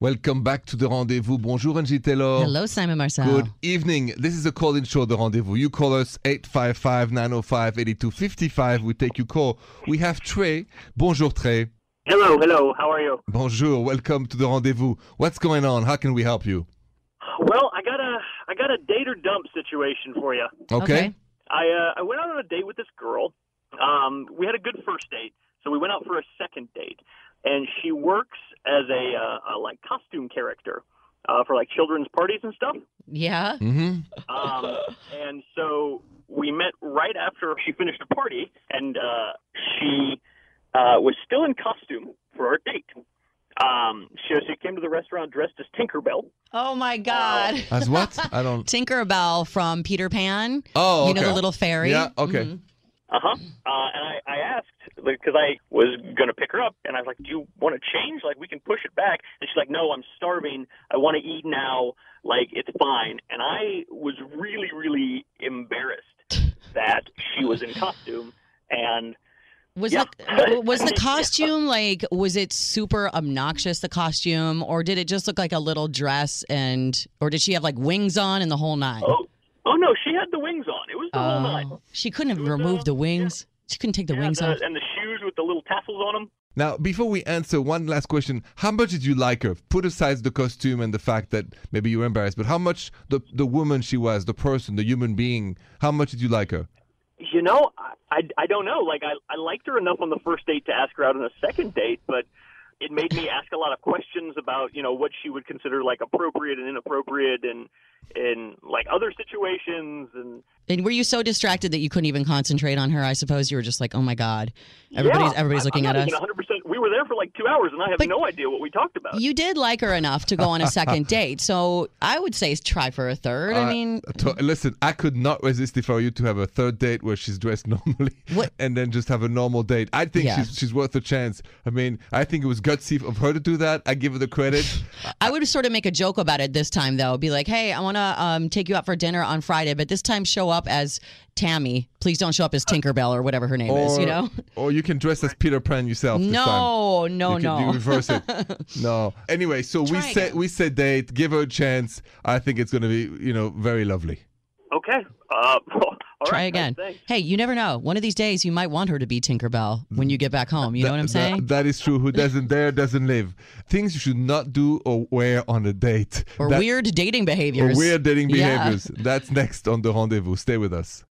Welcome back to the rendezvous. Bonjour, Angie Taylor. Hello, Simon Marcel. Good evening. This is the call in show, The Rendezvous. You call us 855 905 8255. We take your call. We have Trey. Bonjour, Trey. Hello, hello. How are you? Bonjour. Welcome to The Rendezvous. What's going on? How can we help you? Well, I got a I got a date or dump situation for you. Okay. I uh, I went out on a date with this girl. Um, we had a good first date, so we went out for a second date, and she works as a, uh, a like costume character uh, for like children's parties and stuff. Yeah. Mm-hmm. Um, and so we met right after she finished the party, and uh, she uh, was still in costume for our date. Um, so she came to the restaurant dressed as Tinkerbell. Oh my God. As what? I don't. Tinkerbell from Peter Pan. Oh, You know okay. the little fairy. Yeah, okay. Mhm. Uh-huh. Uh And I, I asked because I was gonna pick her up, and I was like, "Do you want to change? Like, we can push it back." And she's like, "No, I'm starving. I want to eat now. Like, it's fine." And I was really, really embarrassed that she was in costume, and Was Yeah. the was the costume like? Was it super obnoxious the costume, or did it just look like a little dress and, or did she have like wings on and the whole nine? oh, oh no, she had the wings on. It was the whole Oh. nine. she couldn't have It was, removed uh, the wings. She couldn't take the Yeah, wings the- off. and the shoes with the little tassels on them. Now, before we answer, one last question. How much did you like her? Put aside the costume and the fact that maybe you were embarrassed, but how much the, the woman she was, the person, the human being, how much did you like her? You know, I, I, I don't know. Like, I, I liked her enough on the first date to ask her out on a second date, but it made me ask a lot of questions about, you know, what she would consider like appropriate and inappropriate and, and like other situations. And And were you so distracted that you couldn't even concentrate on her? I suppose you were just like, oh my God, everybody's Yeah, everybody's I- looking I'm at not us. even 100%. We were there for like two hours and I have But- no idea what we talked about. You did like her enough to go on a second date, so I would say try for a third. I Uh, mean, To- listen, I could not resist if I were you to have a third date where she's dressed normally What- and then just have a normal date. I think Yeah. she's, she's worth a chance. I mean, I think it was gutsy of her to do that. I give her the credit. I would sort of make a joke about it this time, though. Be like, hey, I want to um, take you out for dinner on Friday, but this time show up as Tammy. Please don't show up as Tinkerbell or whatever her name is, you know? or you can dress as Peter Pan yourself this time. No, no, you no. Can, you reverse it. no. Anyway, so we Try said again. we said date. Give her a chance. I think it's going to be you know very lovely. okay. Uh, all Try right, again. thanks. Hey, you never know. One of these days, you might want her to be Tinkerbell when you get back home. You know what I'm That- saying? that is true. Who doesn't dare doesn't live. Things you should not do or wear on a date. Or That- weird dating or behaviors. weird dating Yeah. behaviors. That's next on the rendezvous. Stay with us.